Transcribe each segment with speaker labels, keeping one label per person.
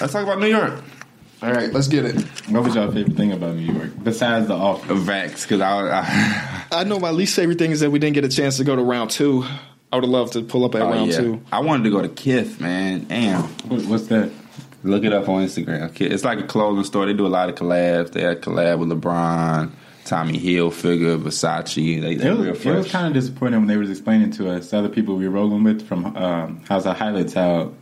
Speaker 1: Let's talk about New York.
Speaker 2: All right, let's get it.
Speaker 3: What was your favorite thing about New York besides the office?
Speaker 1: Vax, because I, I,
Speaker 2: I know my least favorite thing is that we didn't get a chance to go to round two. I would have loved to pull up at
Speaker 1: oh,
Speaker 2: round
Speaker 1: yeah.
Speaker 2: two.
Speaker 1: I wanted to go to Kith, man. Damn.
Speaker 3: What- What's that?
Speaker 1: Look it up on Instagram. Kith- It's like a clothing store. They do a lot of collabs. They had a collab with LeBron, Tommy Hilfiger, Versace. They, they
Speaker 3: It
Speaker 1: real
Speaker 3: was, it was
Speaker 1: fresh.
Speaker 3: kind of disappointing when they was explaining to us other people we were rolling with from um, House of Highlights how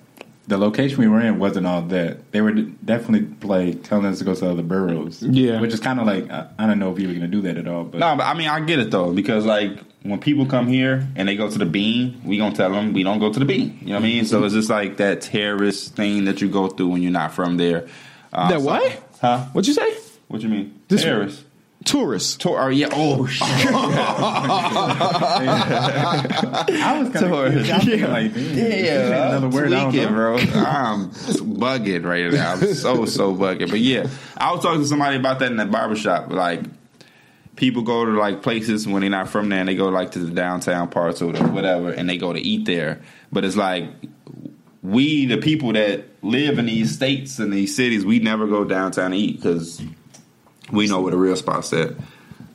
Speaker 3: the location we were in wasn't all that. They were definitely like telling us to go to other boroughs.
Speaker 2: Yeah.
Speaker 3: which is kind of like I, I don't know if you were gonna do that at all, but
Speaker 1: No, but I mean I get it though because like when people come here and they go to the bean, we gonna tell them we don't go to the bean. You know what I mean? So it's just like that terrorist thing that you go through when you're not from there. Uh,
Speaker 2: That
Speaker 1: so-
Speaker 2: what?
Speaker 1: Huh?
Speaker 2: What'd you say?
Speaker 1: What you mean?
Speaker 2: This-
Speaker 1: terrorist.
Speaker 2: Tourists.
Speaker 1: Tor- oh, yeah. Oh shit.
Speaker 3: I was kind
Speaker 1: Sorry.
Speaker 3: of yeah. like,
Speaker 1: Yeah,
Speaker 3: yeah, another word. I don't
Speaker 1: tweaking,
Speaker 3: know.
Speaker 1: bro. I'm bugging right now. I'm so so bugging. But yeah, I was talking to somebody about that in the barbershop. Like people go to like places when they're not from there, and they go like to the downtown parts or the whatever, and they go to eat there. But it's like we, the people that live in these states and these cities, we never go downtown to eat because we know where the real spots at.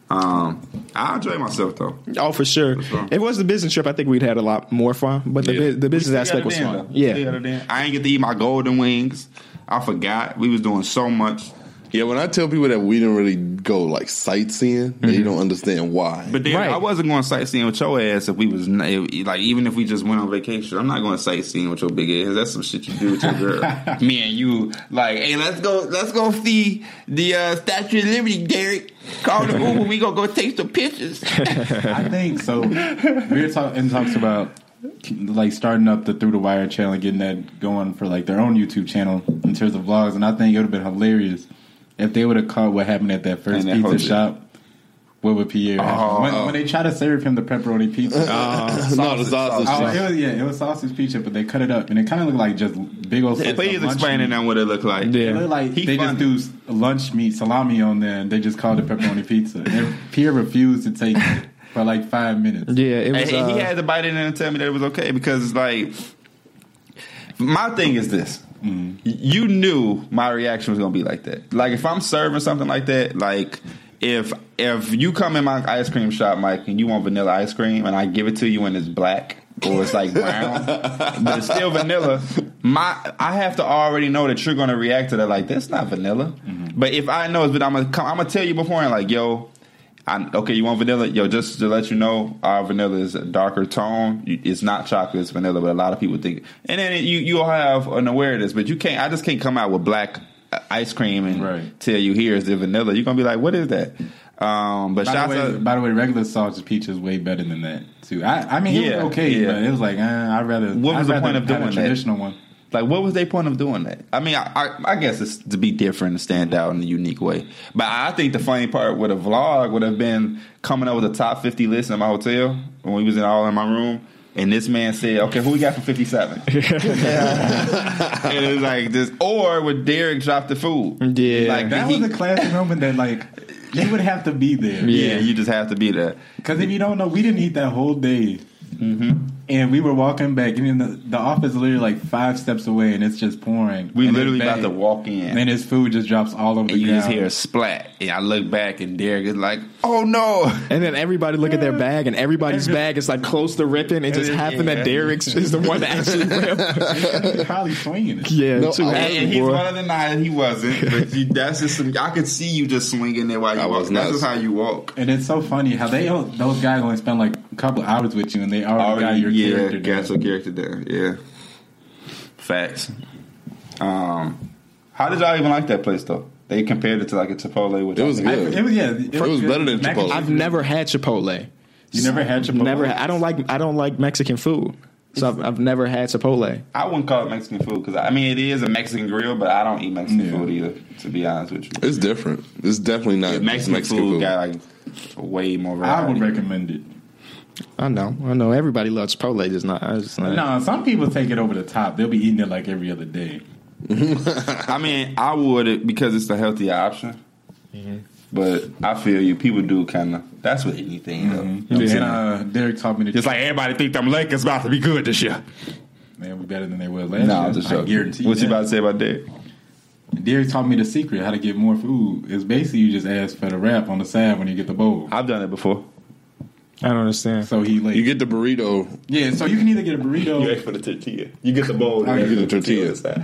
Speaker 1: Um, I enjoy myself though.
Speaker 2: Oh, for sure.
Speaker 1: sure.
Speaker 2: If it was the business trip, I think we'd had a lot more fun. But the,
Speaker 1: Yeah.
Speaker 2: bu- the business
Speaker 3: Stay out
Speaker 2: aspect
Speaker 3: of
Speaker 2: was
Speaker 3: Dan,
Speaker 2: fun.
Speaker 3: though. Stay out
Speaker 2: Yeah.
Speaker 3: of Dan.
Speaker 1: I ain't get to eat my golden wings. I forgot we was doing so much.
Speaker 4: Yeah, when I tell people that we didn't really go like sightseeing, they don't understand why.
Speaker 1: But then
Speaker 2: Right.
Speaker 1: I wasn't going sightseeing with your ass if we was n- if- like even if we just went on vacation. I'm not going sightseeing with your big ass. That's some shit you do with your girl. Me and you like, hey, let's go, let's go see the uh, Statue of Liberty, Derek. Call the Uber. We gonna go take some pictures.
Speaker 3: I think so. We were talking talks about like starting up the Through the Wire channel and getting that going for like their own YouTube channel in terms of vlogs, and I think it would have been hilarious if they would have caught what happened at that first
Speaker 1: And that
Speaker 3: pizza
Speaker 1: whole-
Speaker 3: shop. What would Pierre? have?
Speaker 1: Oh.
Speaker 3: when, when they try to serve him the pepperoni pizza,
Speaker 4: no, the sausage.
Speaker 3: oh, it was, yeah, it was sausage pizza, but they cut it up and it kind of looked like just big old. slice of
Speaker 1: Please
Speaker 3: lunch meat.
Speaker 1: explain that what it looked like.
Speaker 3: It
Speaker 2: Yeah.
Speaker 3: looked like
Speaker 1: He
Speaker 3: they
Speaker 1: funny.
Speaker 3: just threw lunch meat salami on there, and they just called it pepperoni pizza. And Pierre refused to take it for like five minutes.
Speaker 2: Yeah. It was,
Speaker 1: And he-
Speaker 2: uh,
Speaker 1: he had to bite it in and tell me that it was okay because it's like my thing is this. You knew my reaction was gonna be like that. Like if I'm serving something like that, like if if you come in my ice cream shop, Mike, and you want vanilla ice cream, and I give it to you and it's black or it's like brown, but it's still vanilla. My I have to already know that you're gonna react to that. Like that's not vanilla. But if I know it's, but I'm gonna come, I'm gonna tell you beforehand, like yo, I, okay, you want vanilla? Yo, just to let you know, our vanilla is a darker tone. You- It's not chocolate; it's vanilla. But a lot of people think, and then you you'll have an awareness, but you can't. I just can't come out with black uh, ice cream and
Speaker 3: Right.
Speaker 1: tell you here's the vanilla. You're gonna be like, what is that? Um, but
Speaker 3: By
Speaker 1: shout
Speaker 3: the, way,
Speaker 1: out.
Speaker 3: by the way, regular sausage pizza is way better than that too. I, I mean, it
Speaker 1: Yeah,
Speaker 3: was okay,
Speaker 1: yeah.
Speaker 3: but it was like uh, I'd rather.
Speaker 1: What was
Speaker 3: I'd
Speaker 1: the
Speaker 3: rather
Speaker 1: point of
Speaker 3: have
Speaker 1: doing
Speaker 3: a
Speaker 1: that?
Speaker 3: traditional one?
Speaker 1: Like, what was their point of doing that? I mean, I, I, I guess it's to be different and stand out in a unique way. But I think the funny part with a vlog would have been coming up with a top 50 list in my hotel when we was in all in my room. And this man said, okay, who we got for 57? and it was like this. Or would Derek drop the food?
Speaker 2: Yeah.
Speaker 1: Like,
Speaker 3: That was
Speaker 1: he-
Speaker 3: a classic moment that like you would have to be there.
Speaker 1: yeah.
Speaker 2: Yeah.
Speaker 1: you just have to be there.
Speaker 3: Because if you don't know, we didn't eat that whole day.
Speaker 1: Mm-hmm.
Speaker 3: And we were walking back, and then the, the office is literally like five steps away, and it's just pouring.
Speaker 1: We
Speaker 3: And
Speaker 1: literally
Speaker 3: it's
Speaker 1: about
Speaker 3: bad.
Speaker 1: to walk in.
Speaker 3: And then his food just drops all over the
Speaker 1: and you
Speaker 3: ground.
Speaker 1: just hear a splat. And I look back, and Derek is like, oh no.
Speaker 2: and then everybody look at their bag, and everybody's
Speaker 3: Every-
Speaker 2: bag is like close to ripping. It just
Speaker 1: Yeah.
Speaker 2: happened that Derek's is the one that actually ripped.
Speaker 3: He's probably swinging it.
Speaker 2: Yeah,
Speaker 4: No,
Speaker 2: too
Speaker 4: I-
Speaker 2: happy,
Speaker 1: And, and he's
Speaker 2: boy.
Speaker 1: one of the nine. He wasn't, but you, that's just some. I could see you just swinging there while you
Speaker 4: I
Speaker 1: walk.
Speaker 4: was
Speaker 1: That's
Speaker 4: not.
Speaker 1: just how you walk.
Speaker 3: And it's so funny how they those guys only spend like a couple hours with you, and they already, got your
Speaker 1: yeah,
Speaker 3: character.
Speaker 1: got
Speaker 3: down.
Speaker 1: your character down. Yeah, facts. Um, how did y'all even like that place though? They compared it to like a Chipotle. Which
Speaker 4: It
Speaker 1: I
Speaker 4: was
Speaker 1: think-
Speaker 3: I-
Speaker 4: good.
Speaker 3: it was yeah. It,
Speaker 4: was
Speaker 3: good.
Speaker 4: better than
Speaker 3: Mac and
Speaker 4: Chipotle.
Speaker 3: cheese.
Speaker 2: I've never had Chipotle.
Speaker 3: You never had Chipotle.
Speaker 2: Never. I don't like. I don't like Mexican food. So I've, I've never had Chipotle.
Speaker 1: I wouldn't call it Mexican food because I mean it is a Mexican grill, but I don't eat Mexican
Speaker 3: Yeah.
Speaker 1: food either. To be honest with you,
Speaker 4: It's different. It's definitely not just
Speaker 1: Mexican,
Speaker 4: Mexican,
Speaker 1: food,
Speaker 4: food.
Speaker 1: got like way more.
Speaker 3: I
Speaker 1: Variety.
Speaker 3: would recommend it.
Speaker 2: I know. I know. Everybody loves Chipotle. Just not. I just not.
Speaker 3: No, some people take it over the top. They'll be eating it like every other day.
Speaker 1: I mean, I would because it's the healthier option. But I feel you. People do kind of. That's with anything though.
Speaker 3: And uh, Derek taught me to
Speaker 1: Mm-hmm. It's like everybody think them Lakers about to be good this year.
Speaker 3: man, we better than they were last
Speaker 1: No,
Speaker 3: year.
Speaker 1: just
Speaker 3: I
Speaker 1: joking.
Speaker 3: guarantee.
Speaker 1: What
Speaker 3: that.
Speaker 1: you about to say about that?
Speaker 3: Derek taught me the secret how to get more food. It's basically you just ask for the wrap on the side when you get the bowl.
Speaker 1: I've done it before.
Speaker 2: I don't understand.
Speaker 3: So he like
Speaker 4: You get the burrito.
Speaker 3: yeah. So you can either get a burrito,
Speaker 1: for the tortilla. You get the bowl.
Speaker 4: and you get the tortilla.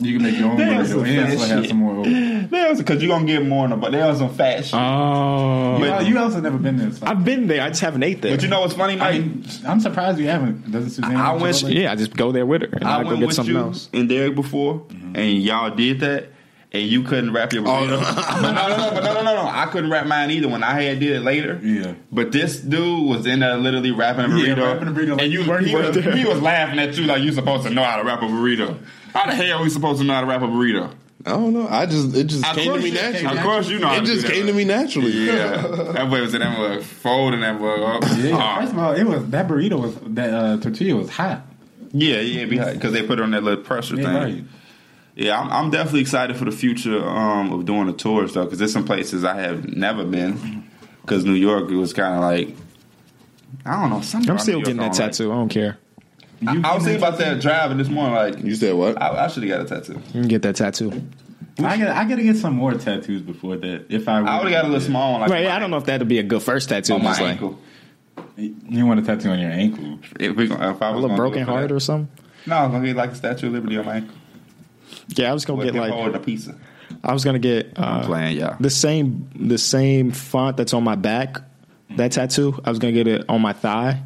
Speaker 3: you can make your own burrito,
Speaker 1: That's some
Speaker 3: and
Speaker 1: fat
Speaker 3: still have
Speaker 1: shit.
Speaker 3: some more. Over.
Speaker 1: because you're gonna get more in the but there's some fat shit.
Speaker 2: Oh,
Speaker 1: But-
Speaker 3: But you also never been there. So. I,
Speaker 2: I've been there. I just haven't ate there.
Speaker 1: but you know what's funny, Mike?
Speaker 3: mean, I'm surprised you haven't. Doesn't Suzanne?
Speaker 1: I
Speaker 3: have
Speaker 1: went-
Speaker 3: Chipotle?
Speaker 2: yeah, I just go there with her and I,
Speaker 1: I
Speaker 2: go
Speaker 1: went
Speaker 2: get
Speaker 1: with
Speaker 2: something
Speaker 1: you
Speaker 2: else.
Speaker 1: and Derek before, and y'all did that, and you couldn't wrap your burrito. but no, no, no, but no, no, no, no. I couldn't wrap mine either when I had did it later.
Speaker 3: Yeah.
Speaker 1: But this dude was in there literally wrapping a
Speaker 3: Yeah,
Speaker 1: burrito,
Speaker 3: wrapping a burrito like
Speaker 1: and you
Speaker 3: you worked
Speaker 1: he, was,
Speaker 3: there.
Speaker 1: he was laughing at you like you supposed to know how to wrap a burrito. How the hell are we supposed to know how to wrap a burrito?
Speaker 4: I don't know. I just it just
Speaker 1: Of
Speaker 4: came to
Speaker 1: course
Speaker 4: me
Speaker 1: you-
Speaker 4: naturally.
Speaker 1: Of course, you know. how
Speaker 4: It
Speaker 1: to
Speaker 4: just
Speaker 1: do that,
Speaker 4: came to me
Speaker 1: right?
Speaker 4: naturally.
Speaker 1: Yeah, that boy was in that mug folding that mug up.
Speaker 3: Yeah,
Speaker 1: Ah.
Speaker 3: First of all, it was that burrito was that uh, tortilla was hot.
Speaker 1: Yeah, yeah, because they put it on that little pressure
Speaker 3: Yeah,
Speaker 1: thing.
Speaker 3: right.
Speaker 1: Yeah, I'm, I'm definitely excited for the future um, of doing the tours though, because there's some places I have never been. Because New York, it was kind of like I don't know. Something
Speaker 2: I'm
Speaker 1: about
Speaker 2: still
Speaker 1: New York
Speaker 2: getting that
Speaker 1: I don't like.
Speaker 2: tattoo. I don't care.
Speaker 3: You
Speaker 1: I, I was thinking about that driving this morning. Like
Speaker 4: You said what?
Speaker 1: I, I should have got a tattoo.
Speaker 2: You can get that tattoo.
Speaker 3: I gotta, I gotta get some more tattoos before that. If I,
Speaker 1: I would have got a little small one. Like
Speaker 2: Right,
Speaker 1: my-
Speaker 2: I don't know if that'd be a good first tattoo.
Speaker 1: on Oh my
Speaker 2: It's like
Speaker 1: ankle.
Speaker 3: You want a tattoo on your ankle?
Speaker 1: If, we, gonna- if I
Speaker 2: a
Speaker 1: was
Speaker 2: little
Speaker 1: gonna do
Speaker 2: broken
Speaker 1: it for
Speaker 2: heart
Speaker 1: that.
Speaker 2: or something.
Speaker 1: no, I'm gonna get like a Statue of Liberty on my ankle.
Speaker 2: Yeah, I was gonna
Speaker 1: With
Speaker 2: get
Speaker 1: them
Speaker 2: like
Speaker 1: holding a pizza.
Speaker 2: I was gonna get uh,
Speaker 1: playing, yeah.
Speaker 2: the same the same font that's on my back. That tattoo, I was gonna get it on my thigh,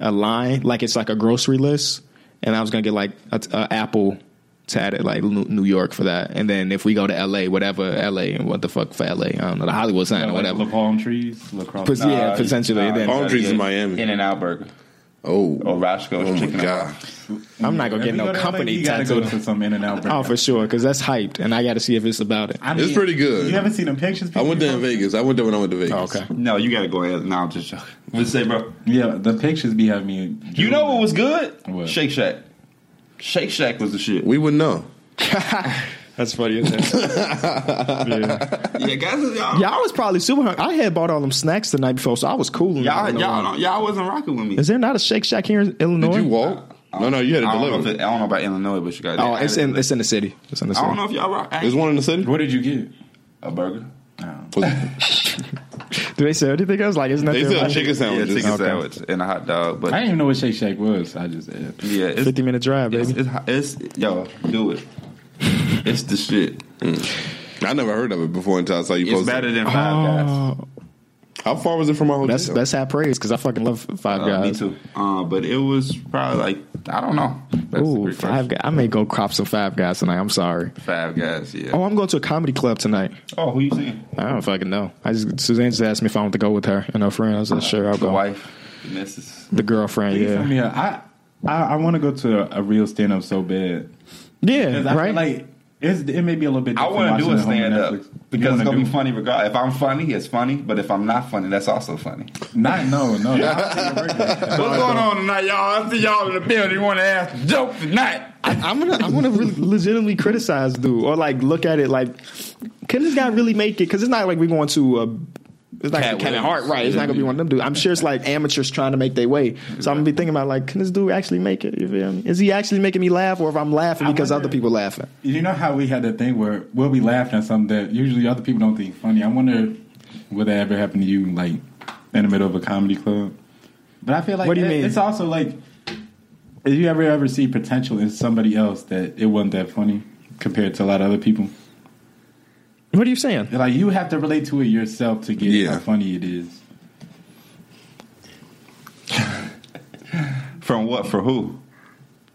Speaker 2: a line like it's like a grocery list, and I was gonna get like a, a apple tatted like New New York for that, and then if we go to L.A., whatever L.A. and what the fuck for L.A. I don't know the Hollywood sign or
Speaker 3: Like
Speaker 2: whatever.
Speaker 3: the palm trees, lacrosse.
Speaker 2: Pos- yeah, potentially.
Speaker 1: Uh, nah,
Speaker 2: then
Speaker 1: you
Speaker 4: Palm
Speaker 1: gotta
Speaker 4: trees
Speaker 1: get
Speaker 4: in Miami.
Speaker 1: In and out burger
Speaker 4: Oh,
Speaker 1: or Roscoe's
Speaker 4: oh my
Speaker 1: chicken.
Speaker 4: god.
Speaker 2: I'm not gonna
Speaker 3: If
Speaker 2: get
Speaker 3: you
Speaker 2: no
Speaker 3: go to LA,
Speaker 2: company
Speaker 3: You gotta
Speaker 2: tattoo.
Speaker 3: go to some In and Out.
Speaker 2: Oh, for sure, because that's hyped, and I got to see if it's about it.
Speaker 4: It's pretty good.
Speaker 3: You haven't seen them pictures?
Speaker 4: I went there in
Speaker 3: people?
Speaker 4: Vegas. I went there when I went to Vegas.
Speaker 2: Oh, okay,
Speaker 1: No, you gotta go ahead. No, I'm just joking. What you say, bro?
Speaker 3: Yeah, the pictures be having me.
Speaker 1: You know what was good?
Speaker 3: What?
Speaker 1: Shake Shack. Shake Shack was the shit.
Speaker 4: We would know.
Speaker 2: that's funny. Isn't it? yeah.
Speaker 1: yeah, guys, y'all,
Speaker 2: Yeah, I was probably super hungry. I had bought all them snacks the night before, so I was cool. in
Speaker 1: y'all, y'all,
Speaker 2: Illinois.
Speaker 1: don't- y'all wasn't rocking with me.
Speaker 2: Is there not a Shake Shack here in Illinois?
Speaker 4: Did you walk? No, no, you had
Speaker 1: I
Speaker 4: to
Speaker 1: don't, know if
Speaker 4: deliver.
Speaker 1: it, I don't know about Illinois, but you got
Speaker 2: Oh, it's in
Speaker 1: I
Speaker 2: it's in the city. It's in the city.
Speaker 1: don't know if y'all rock.
Speaker 4: There's one in the city.
Speaker 3: What did you get?
Speaker 1: a burger.
Speaker 4: Was-
Speaker 2: Do they sell anything else? Like, isn't that
Speaker 4: They
Speaker 2: their
Speaker 4: sell
Speaker 2: like,
Speaker 4: chicken
Speaker 1: Yeah,
Speaker 4: sandwiches.
Speaker 1: chicken
Speaker 2: Okay.
Speaker 1: sandwich and a hot dog.
Speaker 3: I
Speaker 1: But
Speaker 3: didn't even know what Shake Shack was. I just eh. asked.
Speaker 1: yeah, it's,
Speaker 2: fifty minute drive,
Speaker 1: it's,
Speaker 2: baby?
Speaker 1: it's, hot- it's, yo, do it. It's the shit.
Speaker 4: I never heard of it before until I saw you
Speaker 1: It's
Speaker 4: post
Speaker 1: better
Speaker 4: it.
Speaker 1: than Five Guys.
Speaker 2: Oh,
Speaker 4: How far was it from my hotel?
Speaker 2: that's that's high praise because I fucking love Five
Speaker 1: Uh, me
Speaker 2: Guys.
Speaker 1: too. Uh, but it was probably like I don't know. That's a
Speaker 2: Ooh,
Speaker 1: great
Speaker 2: Five
Speaker 1: question.
Speaker 2: Guys. I may go crop some Five Guys tonight. I'm sorry.
Speaker 1: Five Guys. Yeah.
Speaker 2: Oh, I'm going to a comedy club tonight.
Speaker 1: Oh, who you seeing?
Speaker 2: I don't fucking know. I just Suzanne just asked me if I want to go with her and her friend. I was like, sure, I'll
Speaker 1: The
Speaker 2: go.
Speaker 1: wife, the missus.
Speaker 2: The girlfriend,
Speaker 3: Yeah,
Speaker 2: yeah,
Speaker 3: yeah. I I, I want to go to a, a real stand up so bad. 'Cause
Speaker 2: yeah,
Speaker 3: I feel
Speaker 2: right.
Speaker 3: like it's, it may be a little bit.
Speaker 1: I
Speaker 3: different
Speaker 1: want to do
Speaker 3: watching
Speaker 1: a
Speaker 3: it home on
Speaker 1: stand up
Speaker 3: Netflix. You
Speaker 1: because it's
Speaker 3: wanna
Speaker 1: gonna be
Speaker 3: do-
Speaker 1: funny regardless. If I'm funny, it's funny. But if I'm not funny, that's also funny.
Speaker 3: Not no no. no.
Speaker 1: What's going on tonight, y'all? I see y'all in the building. You want to ask a joke tonight?
Speaker 2: I'm gonna I'm gonna really legitimately criticize dude or like look at it like can this guy really make it? Because it's not like we're going to. Uh, it's not
Speaker 1: Cat
Speaker 2: gonna be Kevin
Speaker 1: Williams.
Speaker 2: Hart, right? It's not gonna be one of them dudes. I'm sure it's like amateurs trying to make their way. So I'm gonna be thinking about like, can this dude actually make it? You feel me? Is he actually making me laugh, or if I'm laughing
Speaker 3: I
Speaker 2: because
Speaker 3: wonder-
Speaker 2: other people laughing?
Speaker 3: You know how we had that thing where we'll be laughing at something that usually other people don't think funny. I wonder would that ever happen to you, like in the middle of a comedy club. But I feel like
Speaker 2: What do you
Speaker 3: it-
Speaker 2: mean?
Speaker 3: It's also like if you ever ever see potential in somebody else that it wasn't that funny compared to a lot of other people.
Speaker 2: What are you saying?
Speaker 3: Like you have to relate to it yourself to get
Speaker 4: Yeah.
Speaker 3: how funny it is.
Speaker 1: From what? For who?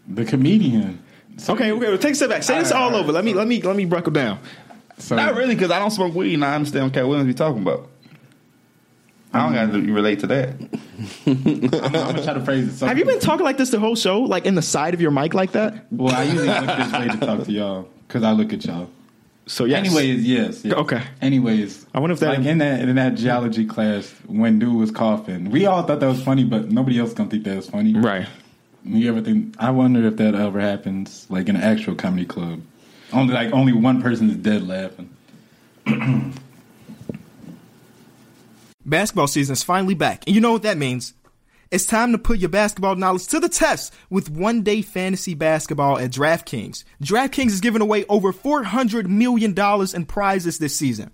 Speaker 3: The comedian. So,
Speaker 2: Okay, okay, well, take a step back. Say this all over. Let me let me let me buckle down.
Speaker 3: so
Speaker 1: Not really, because I don't smoke weed, and I understand what Cat Williams be talking about. I don't gotta do- relate to that.
Speaker 3: I'm, gonna try to phrase it. So,
Speaker 2: Have you been talking like this the whole show, like in the side of your mic like that?
Speaker 3: Well, I usually look this way to talk to y'all because I look at y'all.
Speaker 2: So yes.
Speaker 3: Anyways, yes, yes.
Speaker 2: Okay.
Speaker 3: Anyways,
Speaker 2: I wonder if that-
Speaker 3: like in that in that geology class when dude was coughing, we all thought that was funny, but nobody else gonna think that was funny,
Speaker 2: right.
Speaker 3: You ever think? I wonder if that ever happens, like in an actual comedy club. Only like only one person is dead laughing.
Speaker 5: Basketball season is finally back, and you know what that means. It's time to put your basketball knowledge to the test with one day fantasy basketball at DraftKings. DraftKings is giving away over $400 million in prizes this season.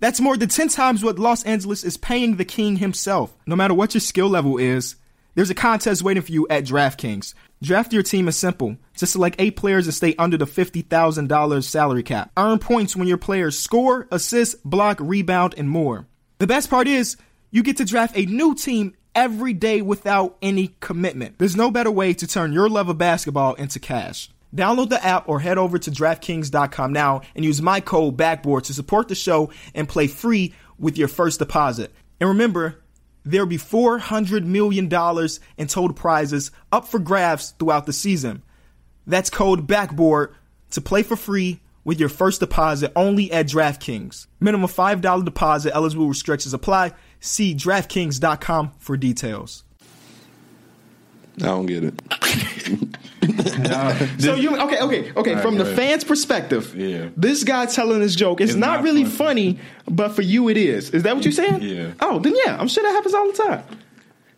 Speaker 5: That's more than 10 times what Los Angeles is paying the king himself. No matter what your skill level is, there's a contest waiting for you at DraftKings. Draft your team is simple. Just select eight players and stay under the $50,000 salary cap. Earn points when your players score, assist, block, rebound, and more. The best part is, you get to draft a new team every day without any commitment. There's no better way to turn your love of basketball into cash. Download the app or head over to DraftKings.com now and use my code BACKBOARD to support the show and play free with your first deposit. And remember, there'll be $400 million in total prizes up for grabs throughout the season. That's code BACKBOARD to play for free with your first deposit only at DraftKings. Minimum $5 deposit, eligible restrictions apply. See DraftKings.com for details.
Speaker 4: I don't get it.
Speaker 2: So you okay? Okay, okay. from the fans' perspective,
Speaker 3: Yeah.
Speaker 2: this guy telling this joke is
Speaker 3: It's
Speaker 2: not,
Speaker 3: not
Speaker 2: really funny.
Speaker 3: funny.
Speaker 2: but for you it is. Is that what you're saying?
Speaker 3: Yeah.
Speaker 2: Oh, then yeah, I'm sure that happens all the time.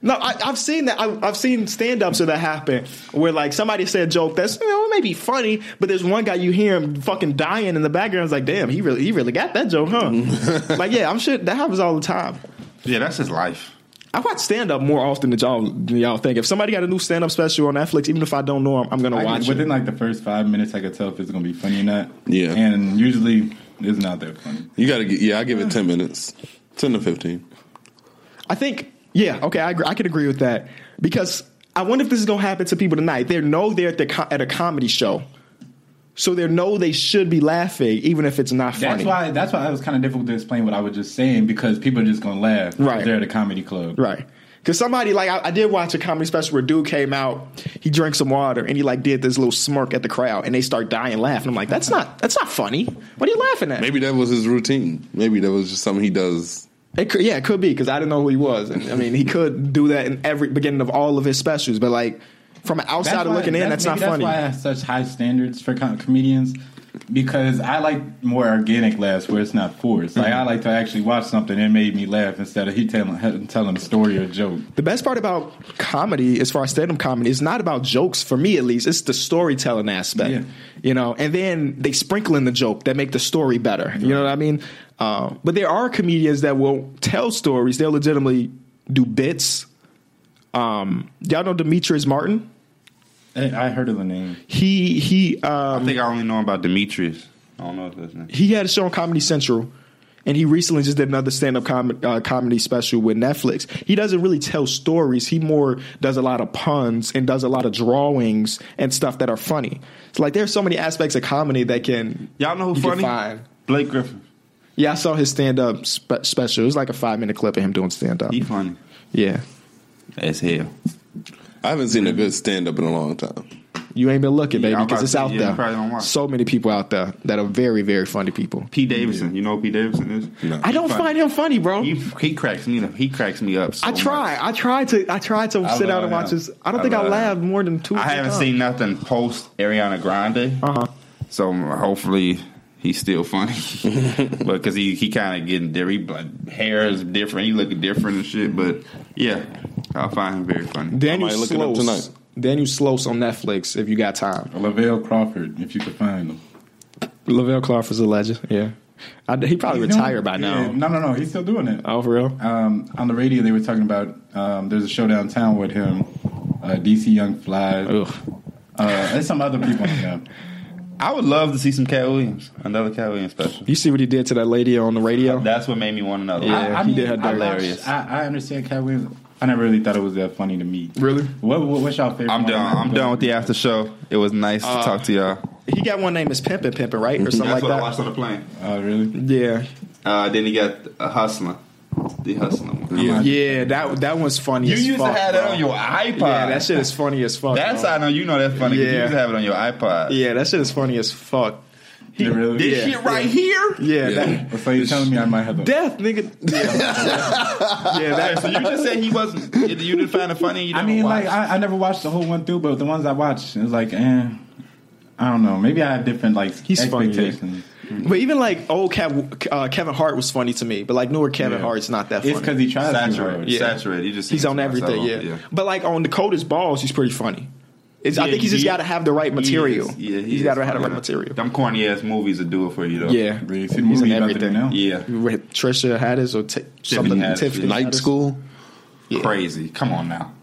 Speaker 2: No, I, I've seen that. I, I've seen stand-ups of that happen where like somebody said a joke that's you know it may be funny, but there's one guy you hear him fucking dying in the background. It's like, damn, he really he really got that joke, huh? like, yeah, I'm sure that happens all the time.
Speaker 1: Yeah, that's his life.
Speaker 2: I watch stand up more often than y'all than y'all think. If somebody got a new stand up special on Netflix, even if I don't know him, I'm gonna
Speaker 3: I
Speaker 2: watch
Speaker 3: can, within
Speaker 2: it.
Speaker 3: like the first five minutes, I could tell if it's gonna be funny or not.
Speaker 4: Yeah.
Speaker 3: and usually it's not that funny.
Speaker 4: You gotta get. Yeah, I give it ten minutes, ten to fifteen.
Speaker 2: I think, yeah, okay, I agree. I can agree with that because I wonder if this is gonna happen to people tonight. They know they're at the co- at a comedy show, so they know they should be laughing, even if it's not
Speaker 3: That's
Speaker 2: funny.
Speaker 3: why. That's why it was kind of difficult to explain what I was just saying because people are just gonna laugh. 'cause
Speaker 2: Right.
Speaker 3: They're at a comedy club.
Speaker 2: Right. Cause somebody like I, I did watch a comedy special where a dude came out, he drank some water, and he like did this little smirk at the crowd, and they start dying laughing. I'm like, that's not that's not funny. What are you laughing at?
Speaker 4: Maybe that was his routine. Maybe that was just something he does.
Speaker 2: It could, yeah, it could be because I didn't know who he was. And, I mean, he could do that in every beginning of all of his specials, but like from
Speaker 3: That's
Speaker 2: outside of
Speaker 3: why-
Speaker 2: looking in, that's, not
Speaker 3: maybe
Speaker 2: funny.
Speaker 3: That's why I have such high standards for com- comedians because I like more organic laughs where it's not forced.
Speaker 2: Mm-hmm.
Speaker 3: Like I like to actually watch something and it made me laugh instead of he telling telling a story or joke.
Speaker 2: the best part about comedy, as far as stand-up comedy, is not about jokes for me at least. It's the storytelling aspect,
Speaker 3: Yeah.
Speaker 2: you know. And then they sprinkle in the joke that make the story better. You know what I mean? Uh, but there are comedians that will tell stories. They'll legitimately do bits. Um, y'all know Demetrius Martin.
Speaker 3: I I heard of the name.
Speaker 2: He he. Um,
Speaker 1: I think I only know about Demetrius. I don't know if that's his name.
Speaker 2: he had a show on Comedy Central, and he recently just did another stand up com- uh, comedy special with Netflix. He doesn't really tell stories; he more does a lot of puns and does a lot of drawings and stuff that are funny. It's like there's so many aspects of comedy that can
Speaker 1: Y'all know
Speaker 2: you
Speaker 1: who
Speaker 2: can
Speaker 1: funny?
Speaker 2: find.
Speaker 1: Blake Griffin.
Speaker 2: Yeah, I saw his stand up spe- special. It was like a five minute clip of him doing stand up.
Speaker 1: He funny
Speaker 2: Yeah,
Speaker 1: as hell.
Speaker 4: I haven't seen a good stand up in a long time.
Speaker 2: you ain't been looking,
Speaker 1: Yeah,
Speaker 2: baby,
Speaker 1: I'm
Speaker 2: because
Speaker 1: about
Speaker 2: it's
Speaker 1: to-
Speaker 2: out
Speaker 1: yeah, you probably don't
Speaker 2: there.
Speaker 1: watch.
Speaker 2: So many people out there that are very, very funny people.
Speaker 1: P. Davidson. You know who P. Davidson is?
Speaker 4: No.
Speaker 2: I don't
Speaker 1: funny.
Speaker 2: find him funny, bro.
Speaker 1: He, he cracks me up. He cracks me up. so
Speaker 2: I try. I try to. I try to
Speaker 3: I
Speaker 2: sit down
Speaker 3: love
Speaker 2: and watch
Speaker 3: him.
Speaker 2: this. I don't
Speaker 1: I
Speaker 2: think I
Speaker 1: love him.
Speaker 2: laughed more than two.
Speaker 1: much. I haven't seen nothing post Ariana Grande,
Speaker 2: Uh huh.
Speaker 1: so hopefully he's still funny. but because he, he kind of getting different, like, hair is different. He looking different and shit. But yeah, I find him very funny.
Speaker 2: Daniel
Speaker 4: I might look it up
Speaker 2: Sloss.
Speaker 4: tonight.
Speaker 2: Daniel Sloss on Netflix. If you got time,
Speaker 3: Lavelle Crawford, if you could find him.
Speaker 2: Lavelle Clark is a legend. Yeah, I, he probably
Speaker 3: He's doing-
Speaker 2: retired by
Speaker 3: Yeah,
Speaker 2: now.
Speaker 3: no, no, no. He's still doing it.
Speaker 2: Oh, for real?
Speaker 3: Um, on the radio, they were talking about um, there's a show downtown with him, uh, DC Young Fly.
Speaker 2: Ugh.
Speaker 3: Uh, there's some other people on there.
Speaker 1: I would love to see some Cat Williams, another Cat Williams special.
Speaker 2: You see what he did to that lady on the radio?
Speaker 1: That's what made me want another.
Speaker 2: Yeah,
Speaker 1: one.
Speaker 2: he did her
Speaker 3: I,
Speaker 2: dirty.
Speaker 1: Hilarious.
Speaker 3: watched- I, I understand Cat Williams. I never really thought it was that funny to me.
Speaker 2: Really?
Speaker 3: What, what, what's y'all favorite?
Speaker 1: I'm
Speaker 3: one?
Speaker 1: done. I'm done with the after show. It was nice to talk to y'all.
Speaker 2: He got one name is Pimpin' Pimpin', right, or something Uh, like that.
Speaker 1: on the plane.
Speaker 3: Oh, really?
Speaker 2: Yeah,
Speaker 1: Uh, then he got a hustler, the hustler one.
Speaker 4: Yeah.
Speaker 2: yeah. That that one's funny.
Speaker 1: You
Speaker 2: as
Speaker 1: used
Speaker 2: fuck,
Speaker 1: to have that
Speaker 2: bro.
Speaker 1: on your iPod.
Speaker 2: Yeah, that shit is funny as fuck.
Speaker 1: That's
Speaker 2: bro.
Speaker 1: how I know you know that's funny. 'cause
Speaker 2: Oh. Yeah.
Speaker 1: You used to have it on your iPod.
Speaker 2: yeah, that shit is funny as fuck.
Speaker 3: They really?
Speaker 1: This
Speaker 2: Yeah.
Speaker 1: shit right here.
Speaker 2: Yeah,
Speaker 4: Yeah.
Speaker 2: That,
Speaker 3: So you're telling me I might have a.
Speaker 2: death, nigga. Yeah, yeah
Speaker 1: Okay,
Speaker 2: that,
Speaker 1: so you just said he wasn't. You didn't find it funny. You
Speaker 3: I
Speaker 1: didn't
Speaker 3: mean,
Speaker 1: watch.
Speaker 3: like I, I never watched the whole one through, but the ones I watched, it was like, eh, I don't know. Maybe I have different like
Speaker 2: He's funny, yeah.
Speaker 3: expectations.
Speaker 2: But even like old Kev, uh, Kevin Hart was funny to me, but like newer Kevin
Speaker 3: Yeah.
Speaker 2: Hart's not that funny.
Speaker 3: It's because he tries too hard.
Speaker 1: Saturated.
Speaker 2: Yeah.
Speaker 1: Saturated. He just
Speaker 2: he's
Speaker 1: seems
Speaker 2: on
Speaker 1: to myself.
Speaker 2: everything, yeah. But like on Dakota's balls, he's pretty funny. It's, I think he's just
Speaker 1: he-
Speaker 2: got to have the right material.
Speaker 1: He is, yeah, he
Speaker 2: he's
Speaker 1: is
Speaker 2: got to have the
Speaker 1: funny
Speaker 2: right
Speaker 1: though.
Speaker 2: material.
Speaker 1: Them corny ass movies will do it for you though.
Speaker 2: Yeah,
Speaker 3: Really, see the movie about them now?
Speaker 1: Yeah.
Speaker 2: With Trisha Haddis or t- something.
Speaker 1: Haddish.
Speaker 2: Tiffany
Speaker 4: Night
Speaker 2: Haddish.
Speaker 4: school.
Speaker 2: Yeah.
Speaker 1: Crazy. Come on now.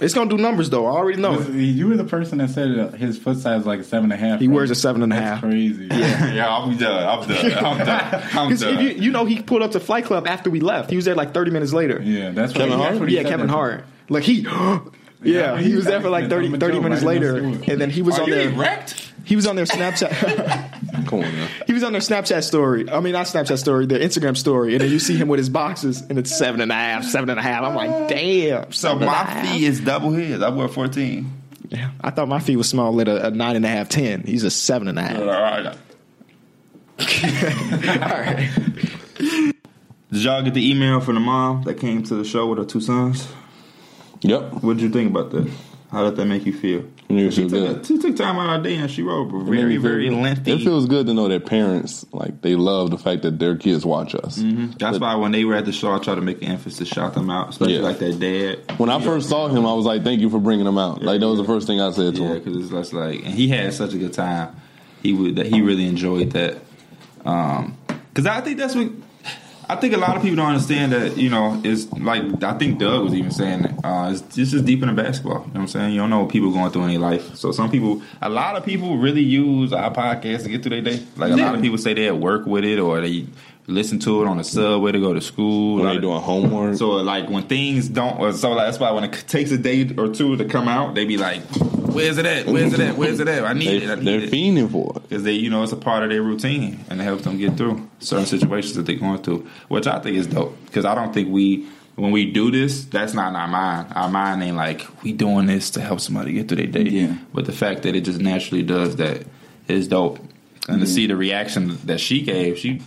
Speaker 2: It's gonna do numbers though. I already know.
Speaker 3: Was- You were the person that said uh, his foot size is like a seven and a half.
Speaker 2: He
Speaker 3: right?
Speaker 2: wears a seven and a
Speaker 3: That's
Speaker 2: half.
Speaker 3: crazy.
Speaker 1: yeah, I'm done. I'm done. I'm done. I'm
Speaker 2: Because
Speaker 1: done.
Speaker 2: you, you know he pulled up to Flight Club after we left. He was there like thirty minutes later.
Speaker 3: Yeah, that's what
Speaker 4: Kevin
Speaker 3: that's
Speaker 4: Hart?
Speaker 3: what he
Speaker 2: Yeah,
Speaker 3: said
Speaker 2: Kevin
Speaker 3: that-
Speaker 2: Hart. Like he, yeah,
Speaker 3: Yeah,
Speaker 2: he was there
Speaker 3: he's
Speaker 2: for like
Speaker 3: like
Speaker 2: 30,
Speaker 3: Tom
Speaker 2: 30
Speaker 3: Joe
Speaker 2: minutes
Speaker 3: right in
Speaker 2: later,
Speaker 3: the store.
Speaker 2: and then he was
Speaker 1: Are
Speaker 2: on
Speaker 1: you
Speaker 2: their
Speaker 1: erect?
Speaker 2: he was on their Snapchat
Speaker 4: Come on now.
Speaker 2: he was on their Snapchat story. I mean, not Snapchat story, their Instagram story, and then you see him with his boxes, and it's seven and a half, seven and a half. I'm like, damn.
Speaker 1: So
Speaker 2: seven and a
Speaker 1: my
Speaker 2: half.
Speaker 1: fee is double his. I wear 14.
Speaker 2: Yeah, I thought my feet was small at a, a nine and a half, ten. He's a seven and a half.
Speaker 1: Did y'all get the email from the mom that came to the show with her two sons?
Speaker 4: Yep.
Speaker 1: What did you think about that? How did that make you feel?
Speaker 4: Yeah, it feels
Speaker 1: She took,
Speaker 4: good.
Speaker 1: she took time out of her day and she wrote a
Speaker 4: It made
Speaker 1: very,
Speaker 4: me feel
Speaker 1: very
Speaker 4: good.
Speaker 1: lengthy.
Speaker 4: It feels good to know that parents like they love the fact that their kids watch us.
Speaker 1: That's why when they were at the show, I tried to make an emphasis to shout them out, especially
Speaker 4: Yeah.
Speaker 1: like that dad.
Speaker 4: When I first saw him, I was like, "Thank you for bringing him out." Like that was the first thing I said to
Speaker 1: Yeah,
Speaker 4: him.
Speaker 1: because it's just like, and he had such a good time. He would that he really enjoyed that. Um, because I think that's what I think a lot of people don't understand that you know it's like I think Doug was even saying uh, it's, it's just deep in the basketball. You know what I'm saying? You don't know what people going through in their life. So some people, a lot of people, really use our podcast to get through their day. Like a lot of people say they at work with it or they listen to it on the subway to go to school. A
Speaker 4: When
Speaker 1: lot
Speaker 4: they
Speaker 1: of-
Speaker 4: doing homework,
Speaker 1: so like when things don't, or so like that's why when it takes a day or two to come out, they be like, "Where's it at? Where's it at? Where's it at? I need
Speaker 4: they,
Speaker 1: it. I need
Speaker 4: they're
Speaker 1: it."
Speaker 4: fiending for it.
Speaker 1: because they you know it's a part of their routine and it helps them get through certain situations that they're going through, which I think is dope because I don't think we when we do this that's not in our mind. Our mind ain't like we doing this to help somebody get through their day.
Speaker 3: Yeah.
Speaker 1: But the fact that it just naturally does that is dope, and to see the reaction that she gave, she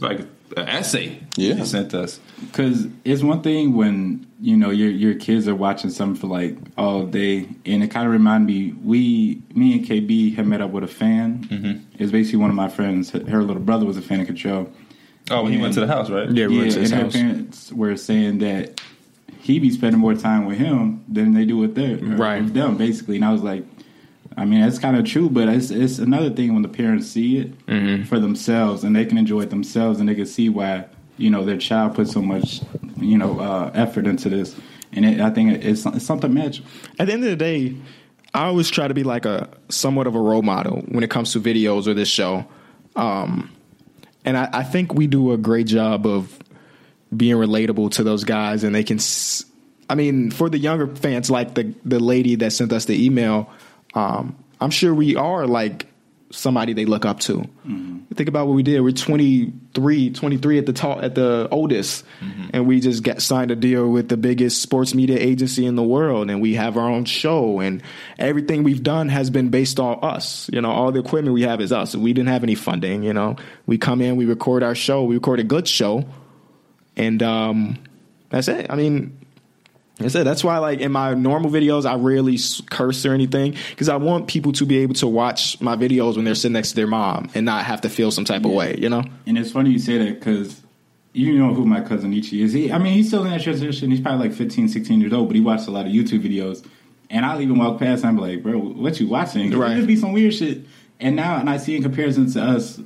Speaker 1: like an essay
Speaker 4: Yeah.
Speaker 1: she sent us.
Speaker 3: Because it's one thing when you know your your kids are watching something for like all day, and it kind of remind me we me and KB had met up with a fan. Mm-hmm. It's basically one of my friends. Her little brother was a fan of Control.
Speaker 1: Oh, when he went to the house, right? Yeah,
Speaker 3: yeah, and her parents were saying that he be spending more time with him than they do with their uh,
Speaker 2: Right.
Speaker 3: with them basically. And I was like, I mean, that's kind of true, but it's it's another thing when the parents see it for themselves and they can enjoy it themselves and they can see why you know their child put so much you know uh, effort into this. And it, I think it's, it's something magical.
Speaker 2: At the end of the day, I always try to be like a somewhat of a role model when it comes to videos or this show. Um, and I, I think we do a great job of being relatable to those guys, and they can. S- I mean, for the younger fans, like the the lady that sent us the email, um, I'm sure we are like somebody they look up to. Think about what we did. We're 23, 23 at the tall, at the oldest, and we just got signed a deal with the biggest sports media agency in the world, and we have our own show, and everything we've done has been based on us. You know, all the equipment we have is us. We didn't have any funding. You know, we come in, we record our show, we record a good show, and um, that's it. I mean, that's it. That's why, like in my normal videos, I rarely s- curse or anything because I want people to be able to watch my videos when they're sitting next to their mom and not have to feel some type of way. You know?
Speaker 3: And it's funny you say that because you know who my cousin Ichi is. He, I mean, he's still in that transition. He's probably like 15, 16 years old, but he watched a lot of YouTube videos. And I'll even walk past and I'm like, bro, what you watching? 'Cause
Speaker 2: Right.
Speaker 3: It could be some weird shit. And now, and I see in comparison to us,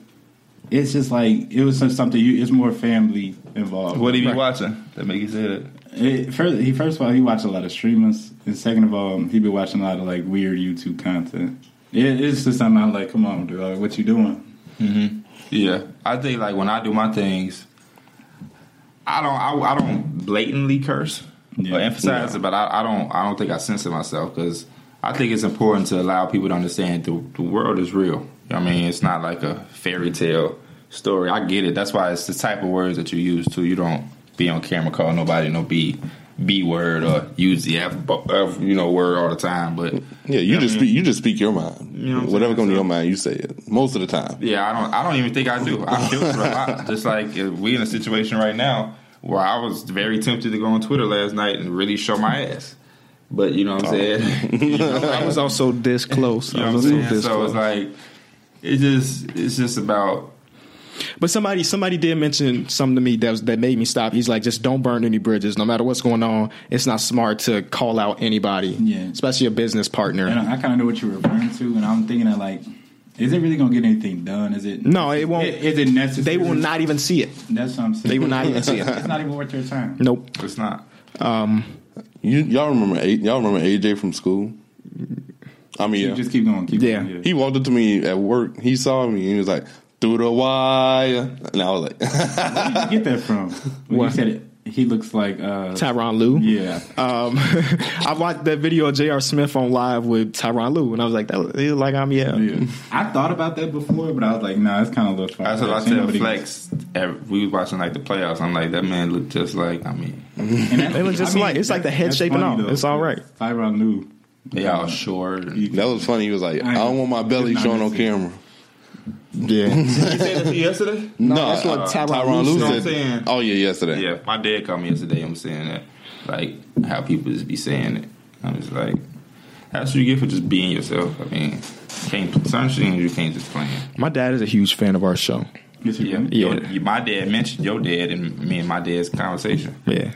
Speaker 3: it's just like, it was just something, you, it's more family involved.
Speaker 1: What he be watching? That make you say that?
Speaker 3: It, first, he, first of all, he watched a lot of streamers. And second of all, he be watching a lot of like weird YouTube content. It, it's just something I'm like, come on, dude, like, what you doing?
Speaker 1: Yeah, I think like when I do my things, I don't I, I don't blatantly curse
Speaker 3: Yeah.
Speaker 1: or emphasize it, but I, I don't I don't think I censor myself because I think it's important to allow people to understand the, the world is real. I mean, it's not like a fairy tale story. I get it. That's why it's the type of words that you use too. You don't be on camera call nobody no b b word or use the f, f you know word all the time, but.
Speaker 4: Yeah, you just speak, you just speak your mind.
Speaker 1: know what I'm saying?
Speaker 4: Whatever comes to
Speaker 1: So-
Speaker 4: your mind, you say it most of the time.
Speaker 1: Yeah, I don't. I don't even think I do. I filter a lot. Just like if we in a situation right now where I was very tempted to go on Twitter last night and really show my ass, but you know what I'm saying. You know,
Speaker 2: I was also this close.
Speaker 1: you know
Speaker 2: I
Speaker 1: what
Speaker 2: was also
Speaker 3: uh,
Speaker 1: I'm saying?
Speaker 2: this
Speaker 1: So
Speaker 2: close.
Speaker 1: it's like it just it's just about
Speaker 2: But somebody somebody did mention something to me that was, that made me stop. He's like, just don't burn any bridges, no matter what's going on. It's not smart to call out anybody,
Speaker 3: Yeah.
Speaker 2: especially a business partner.
Speaker 3: And I, I kind of know what you're referring to, and I'm thinking that like, is it really gonna get anything done? Is it?
Speaker 2: No, it won't.
Speaker 3: Is, it necessary?
Speaker 2: they will not even see it.
Speaker 3: That's what I'm saying.
Speaker 2: They will not even see it.
Speaker 3: It's not even worth your time.
Speaker 2: Nope.
Speaker 1: It's not.
Speaker 4: You y'all remember A- y'all remember AJ from school? I mean,
Speaker 3: Just keep going. Keep
Speaker 2: Yeah.
Speaker 3: Going,
Speaker 4: he walked up to me at work. He saw me and he was like, "Through the wire," and I was like,
Speaker 3: Where did you get that from? When
Speaker 2: What?
Speaker 3: you said it, he looks like. uh
Speaker 2: Tyron Lou.
Speaker 3: Yeah.
Speaker 2: Um, I watched that video of J.R. Smith on live with Tyron Lou, and I was like, that was, he was like I'm yeah.
Speaker 3: Yeah. I thought about that before, but I was like, nah, it's kind of a little.
Speaker 1: That's what I
Speaker 3: far-fetched. Ain't
Speaker 1: said.
Speaker 3: nobody-
Speaker 1: Flex. every- We was watching like the playoffs. I'm like, that man looked just like. I mean,
Speaker 3: And that-
Speaker 2: They look just alike. It's like the head
Speaker 3: that's
Speaker 2: shape and
Speaker 3: funny,
Speaker 2: all. It's all right.
Speaker 3: Tyronn Lue.
Speaker 1: they all short. and-
Speaker 4: "That was funny." He was like, "I don't want my belly
Speaker 3: I
Speaker 4: shown on
Speaker 3: missed it.
Speaker 4: camera."
Speaker 2: Yeah.
Speaker 1: Did you say that to you yesterday?
Speaker 4: No, uh,
Speaker 2: that's what Tyronn Lue
Speaker 4: Tyron Lue
Speaker 1: said.
Speaker 4: said.
Speaker 1: I'm saying.
Speaker 4: Oh yeah, yesterday.
Speaker 1: Yeah, my dad called me yesterday. I'm saying that, like how people just be saying it. I'm just like, that's what you get for just being yourself. I mean, can't some things you can't just plan.
Speaker 2: My dad is a huge fan of our show.
Speaker 3: Yes, you
Speaker 1: Yeah,
Speaker 3: can.
Speaker 1: Your, my dad mentioned your dad and me and my dad's conversation.
Speaker 2: Yeah.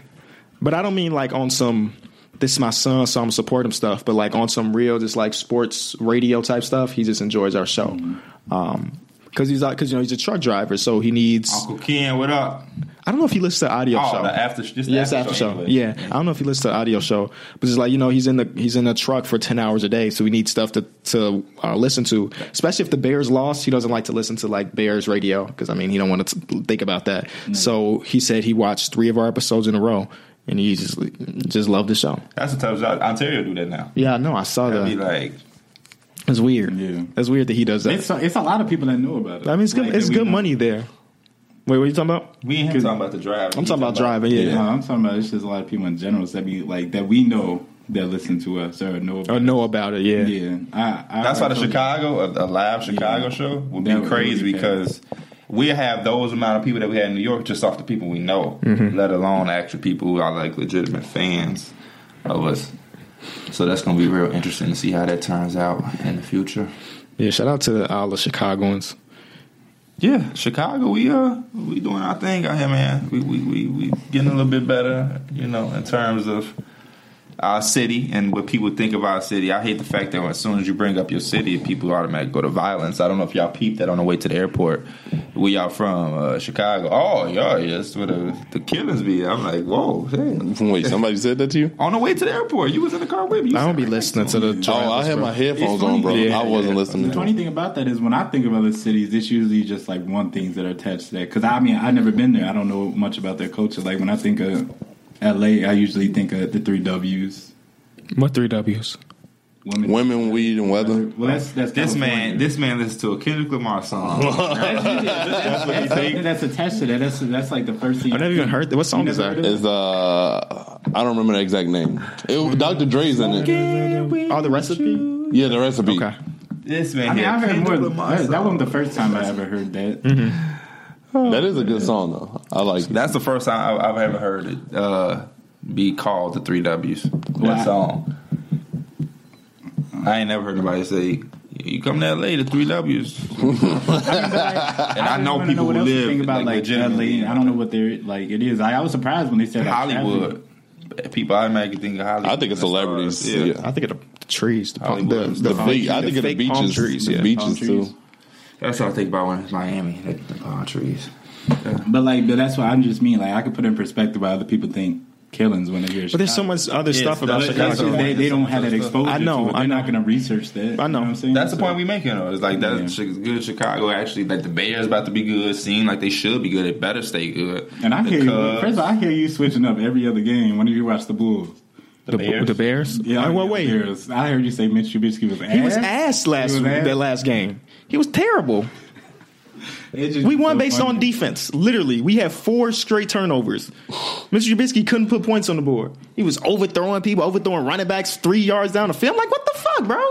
Speaker 2: But I don't mean like on some this is my son, so I'm gonna support him stuff, but like on some real just like sports radio type stuff, he just enjoys our show.
Speaker 1: Mm-hmm.
Speaker 2: Um because he's like, because you know he's a truck driver, so he needs.
Speaker 1: Uncle Ken, what up?
Speaker 2: I don't know if he listens to audio
Speaker 1: Oh,
Speaker 2: show.
Speaker 1: the after, just the
Speaker 2: Yes, after show. Yeah, I don't know if he listens to the audio show, but it's like you know he's in the he's in a truck for ten hours a day, so we need stuff to to uh, listen to. Especially if the Bears lost, he doesn't like to listen to like Bears radio because I mean he don't want to think about that. So he said he watched three of our episodes in a row, and he just just loved the show.
Speaker 1: That's a tough job. Ontario do that now.
Speaker 2: Yeah, no, I saw
Speaker 1: I'd be
Speaker 2: that.
Speaker 1: like,
Speaker 2: It's weird.
Speaker 3: Yeah.
Speaker 2: it's weird that he does that.
Speaker 3: It's a, it's a lot of people that know about it.
Speaker 2: I mean, it's good.
Speaker 3: Like,
Speaker 2: it's
Speaker 3: that we
Speaker 2: good
Speaker 3: know.
Speaker 2: money there. Wait, what are you talking about?
Speaker 1: we ain't him talking about the drive.
Speaker 2: I'm talking about driving. Yeah.
Speaker 3: Yeah, no, I'm talking about it's just a lot of people in general that be like that we know that listen to us or know about.
Speaker 2: Or know about it. Oh, Yeah.
Speaker 3: Yeah, I, I
Speaker 1: That's why the
Speaker 3: I-
Speaker 1: Chicago, a, a live Chicago show would be
Speaker 3: That would
Speaker 1: crazy
Speaker 3: be
Speaker 1: because we have those amount of people that we had in New York just off the people we know, let alone actual people who are like legitimate fans of us. So that's gonna be real interesting to see how that turns out in the future.
Speaker 2: Yeah. Shout out to all the Chicagoans.
Speaker 1: Yeah, Chicago, we uh we doing our thing out here, man. We we we, we getting a little bit better, you know, in terms of our city and what people think of our city. I hate the fact that as soon as you bring up your city, people automatically go to violence. I don't know if y'all peeped that on the way to the airport. Where y'all from? Uh, Chicago. Oh, yeah, yeah, that's where the, the killings be. I'm like, whoa. Hey.
Speaker 4: Wait, somebody said that to you?
Speaker 1: On the way to the airport, you was in the car with me. You
Speaker 2: I don't
Speaker 1: sound
Speaker 2: be
Speaker 1: like-
Speaker 2: listening to the.
Speaker 4: Oh, I
Speaker 2: Tarantulas,
Speaker 4: had
Speaker 2: bro.
Speaker 4: my headphones
Speaker 3: It's funny.
Speaker 4: on, bro.
Speaker 3: Yeah,
Speaker 4: I wasn't listening
Speaker 3: The
Speaker 4: to
Speaker 3: funny
Speaker 4: it.
Speaker 3: thing about that is when I think of other cities, it's usually just like one things that are attached to that. Because I mean, I've never been there. I don't know much about their culture. Like when I think of L.A., I usually think of the three W's:
Speaker 2: What three W's?
Speaker 3: women.
Speaker 4: Women, weed, and weather.
Speaker 3: Well, that's that's
Speaker 1: This
Speaker 3: California.
Speaker 1: man, this man listens to a Kendrick Lamar song.
Speaker 3: That's, something that's attached to that. That's that's like the first thing.
Speaker 2: I've never even heard that. What song
Speaker 3: You
Speaker 2: is
Speaker 3: never
Speaker 2: that?
Speaker 3: heard of
Speaker 4: Is uh, I don't remember the exact name. It, was- Dr. Dre's in it.
Speaker 2: Oh, the recipe.
Speaker 4: Yeah, the recipe.
Speaker 2: Okay.
Speaker 1: This man
Speaker 3: I mean,
Speaker 1: here,
Speaker 3: I've heard more.
Speaker 1: Kendrick
Speaker 3: Than,
Speaker 1: Lamar
Speaker 3: that, that
Speaker 1: song.
Speaker 3: wasn't the first time I ever heard that.
Speaker 4: That is a good song though. I like it.
Speaker 1: That's the first time I've, I've ever heard it uh, be called the three W's. That
Speaker 3: Wow.
Speaker 1: song. I ain't never heard nobody say, "You come to LA, the three W's." and I,
Speaker 3: just
Speaker 1: know
Speaker 3: wanna
Speaker 1: people
Speaker 3: what
Speaker 1: who
Speaker 3: else to
Speaker 1: live
Speaker 3: think about like,
Speaker 1: legitimately
Speaker 3: LA. I don't know what they're like. It is. I, I was surprised when they said like,
Speaker 1: Hollywood. People automatically think of Hollywood.
Speaker 4: I think
Speaker 1: That's
Speaker 4: it's celebrities.
Speaker 1: all.
Speaker 4: Yeah.
Speaker 2: I think of the, the trees, the, palm, the,
Speaker 1: Hollywood.
Speaker 2: the,
Speaker 4: The
Speaker 2: palm-
Speaker 4: big, I think of the
Speaker 2: fake palm
Speaker 4: beaches,
Speaker 2: trees, yeah.
Speaker 4: the beaches
Speaker 3: Palm trees.
Speaker 4: too.
Speaker 1: that's what I think about when it's Miami, the, the palm trees.
Speaker 3: But like, but that's what I just mean. Like, I could put in perspective why other people think killings when they hear.
Speaker 2: But there's so much other stuff about
Speaker 1: that's-
Speaker 2: Chicago.
Speaker 1: that's-
Speaker 3: They, they don't have that exposure.
Speaker 2: I know,
Speaker 3: to it. They're
Speaker 2: I know.
Speaker 3: not going to research that.
Speaker 2: I know.
Speaker 3: You what I'm saying?
Speaker 1: That's the
Speaker 3: So-
Speaker 1: point we making though. It's like that's chi- good Chicago actually like the Bears about to be good, seem like they should be good. It better stay good.
Speaker 3: And I
Speaker 1: The
Speaker 3: hear you.
Speaker 1: Cubs,
Speaker 3: First of all, I hear you switching up every other game. When do you watch the Bulls?
Speaker 1: the Bears.
Speaker 2: The Bears.
Speaker 3: I
Speaker 2: Oh, well,
Speaker 3: hear
Speaker 2: wait.
Speaker 3: the Bears. I heard you say Mitch Trubisky was ass.
Speaker 2: He was ass last
Speaker 3: He was ass.
Speaker 2: that last game. He was terrible.
Speaker 3: It's just
Speaker 2: We won
Speaker 3: so
Speaker 2: based
Speaker 3: funny.
Speaker 2: on defense. Literally, we had four straight turnovers. Mr. Trubisky couldn't put points on the board. He was overthrowing people, overthrowing running backs three yards down the field. I'm like, what the fuck, bro?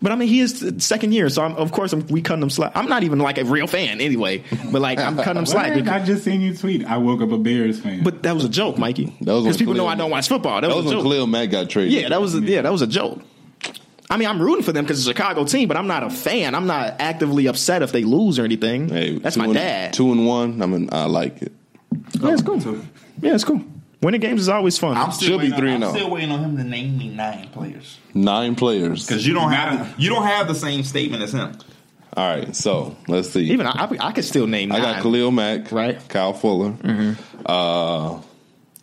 Speaker 2: But I mean, he is second year, so I'm, of course I'm, we cutting him slack. I'm not even like a real fan anyway, but like I'm cutting him slack.
Speaker 3: What?
Speaker 2: Because,
Speaker 3: I just seen you tweet. I woke up a Bears fan.
Speaker 2: but that was a joke, Mikey.
Speaker 4: That was
Speaker 2: Because
Speaker 4: on
Speaker 2: people know I
Speaker 4: Khalil.
Speaker 2: don't watch football. That,
Speaker 4: That
Speaker 2: was,
Speaker 4: was
Speaker 2: a
Speaker 4: when
Speaker 2: joke.
Speaker 4: Khalil Mack got traded.
Speaker 2: Yeah, that was a, yeah, that was a joke. I mean, I'm rooting for them because it's a Chicago team, but I'm not a fan. I'm not actively upset if they lose or anything.
Speaker 4: Hey,
Speaker 2: That's
Speaker 4: two
Speaker 2: my
Speaker 4: and-
Speaker 2: dad.
Speaker 4: Two and one. I mean, I like it.
Speaker 2: Yeah, it's cool. Yeah, it's cool. Winning games is always fun.
Speaker 1: I'm still
Speaker 4: Should be oh.
Speaker 1: waiting on-
Speaker 4: 3-0.
Speaker 1: I'm still waiting on him to name me nine players
Speaker 4: Nine players.
Speaker 1: because you don't have you don't have the same statement as him.
Speaker 4: All right, so let's see.
Speaker 2: Even I, I, I could still name.
Speaker 4: I
Speaker 2: Nine.
Speaker 4: got Khalil Mack,
Speaker 2: Right. Mm-hmm.
Speaker 4: Kyle Fuller, uh,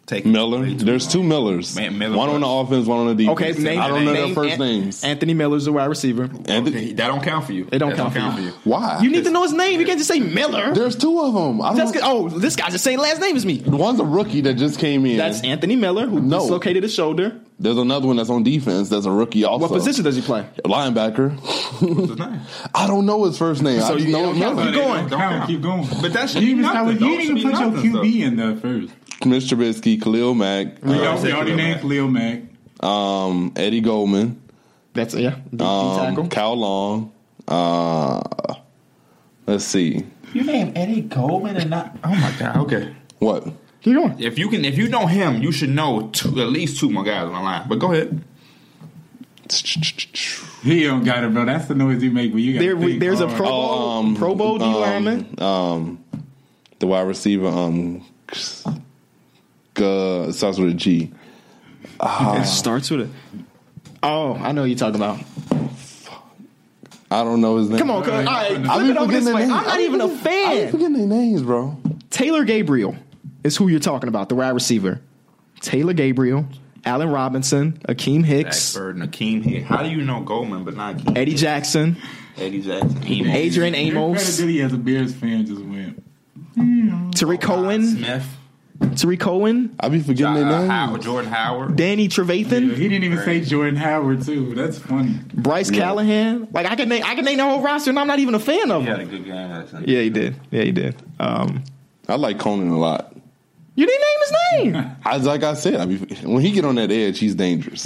Speaker 1: Take
Speaker 4: Miller. There's two Millers.
Speaker 1: Man, Miller
Speaker 4: one on the offense, one on the defense.
Speaker 2: Okay, name,
Speaker 4: I don't know
Speaker 2: name
Speaker 4: their first
Speaker 2: An-
Speaker 4: names.
Speaker 2: Anthony Miller's a wide receiver.
Speaker 4: And
Speaker 1: Okay, that don't count for you.
Speaker 2: It don't count
Speaker 1: That
Speaker 2: for
Speaker 1: for you.
Speaker 4: why?
Speaker 2: You need to know his name. You can't just say Miller.
Speaker 4: There's two of them. I
Speaker 2: That's
Speaker 4: don't.
Speaker 2: 'cause- oh, this guy's the same last name as me.
Speaker 4: One's a rookie that just came in.
Speaker 2: That's Anthony Miller, who
Speaker 4: No.
Speaker 2: dislocated his shoulder.
Speaker 4: There's another one that's on defense. That's a rookie also.
Speaker 2: What position does he play?
Speaker 4: Linebacker.
Speaker 1: What's his name?
Speaker 4: I don't know his first name. I just
Speaker 2: you-
Speaker 4: know
Speaker 2: you don't count
Speaker 4: Miller.
Speaker 2: Keep
Speaker 3: Um,
Speaker 2: going.
Speaker 1: Don't count.
Speaker 3: keep going.
Speaker 1: But that should
Speaker 3: you
Speaker 1: be
Speaker 3: even start with-
Speaker 1: nothing.
Speaker 3: you
Speaker 1: Those
Speaker 3: didn't even
Speaker 1: should
Speaker 3: put
Speaker 1: be
Speaker 3: your
Speaker 1: nothing,
Speaker 3: QB in there first.
Speaker 4: Mitch Trubisky, Khalil Mack,
Speaker 3: We,
Speaker 1: I
Speaker 3: all,
Speaker 1: said
Speaker 3: we already
Speaker 1: Khalil
Speaker 3: named
Speaker 1: Mack.
Speaker 3: Khalil Mack.
Speaker 4: um, Eddie Goldman,
Speaker 2: That's yeah. D- D
Speaker 4: um,
Speaker 2: tackle.
Speaker 4: Kyle Long. Uh, let's see.
Speaker 1: You name Eddie Goldman and not. Oh my god. Okay.
Speaker 4: What?
Speaker 2: Keep going.
Speaker 1: If you can, if you know him, you should know two, at least two more guys on the line. But go ahead.
Speaker 3: He don't got it, bro. That's the noise he make when you got
Speaker 2: There, we, there's a Pro Bowl,
Speaker 4: Oh, um,
Speaker 2: Pro Bowl D
Speaker 4: um,
Speaker 2: lineman.
Speaker 4: Um, the wide receiver. Um, G- starts with a G.
Speaker 2: it starts with it. Oh, I know what you're talking about.
Speaker 4: I don't know his name.
Speaker 2: Come on, cuz. All right, flip
Speaker 4: I be
Speaker 2: it over
Speaker 4: forgetting
Speaker 2: this
Speaker 4: their
Speaker 2: way. I'm
Speaker 4: names.
Speaker 2: not
Speaker 4: I be
Speaker 2: even a
Speaker 4: forgetting- I be
Speaker 2: fan.
Speaker 4: forgetting their names, bro.
Speaker 2: Taylor Gabriel is who you're talking about, the wide receiver. Taylor Gabriel, Allen Robinson, Akeem
Speaker 1: Jack
Speaker 2: Hicks,
Speaker 1: Bird, Nakeem here. How do you know Goldman but not Keem?
Speaker 2: Eddie Jackson,
Speaker 1: Eddie Jackson?
Speaker 2: Adrian Amos,
Speaker 3: Amos. He as a Bears fan just went.
Speaker 2: Tariq Cohen,
Speaker 1: Smith,
Speaker 2: Tariq Cohen,
Speaker 4: I be
Speaker 1: uh,
Speaker 4: forgetting their names.
Speaker 1: Howard, Jordan Howard.
Speaker 2: Danny
Speaker 3: He
Speaker 2: Trevathan,
Speaker 3: didn't even say Jordan Howard too. That's funny.
Speaker 2: Bryce Callahan. Like I can name I can name the whole roster and I'm not even a fan of
Speaker 1: He had
Speaker 2: them.
Speaker 1: a good game last night.
Speaker 2: Yeah, he did. Yeah, he did. Um,
Speaker 4: I like Conan a lot.
Speaker 2: you didn't name his name.
Speaker 4: I, like I said, I be, when he get on that edge, he's dangerous.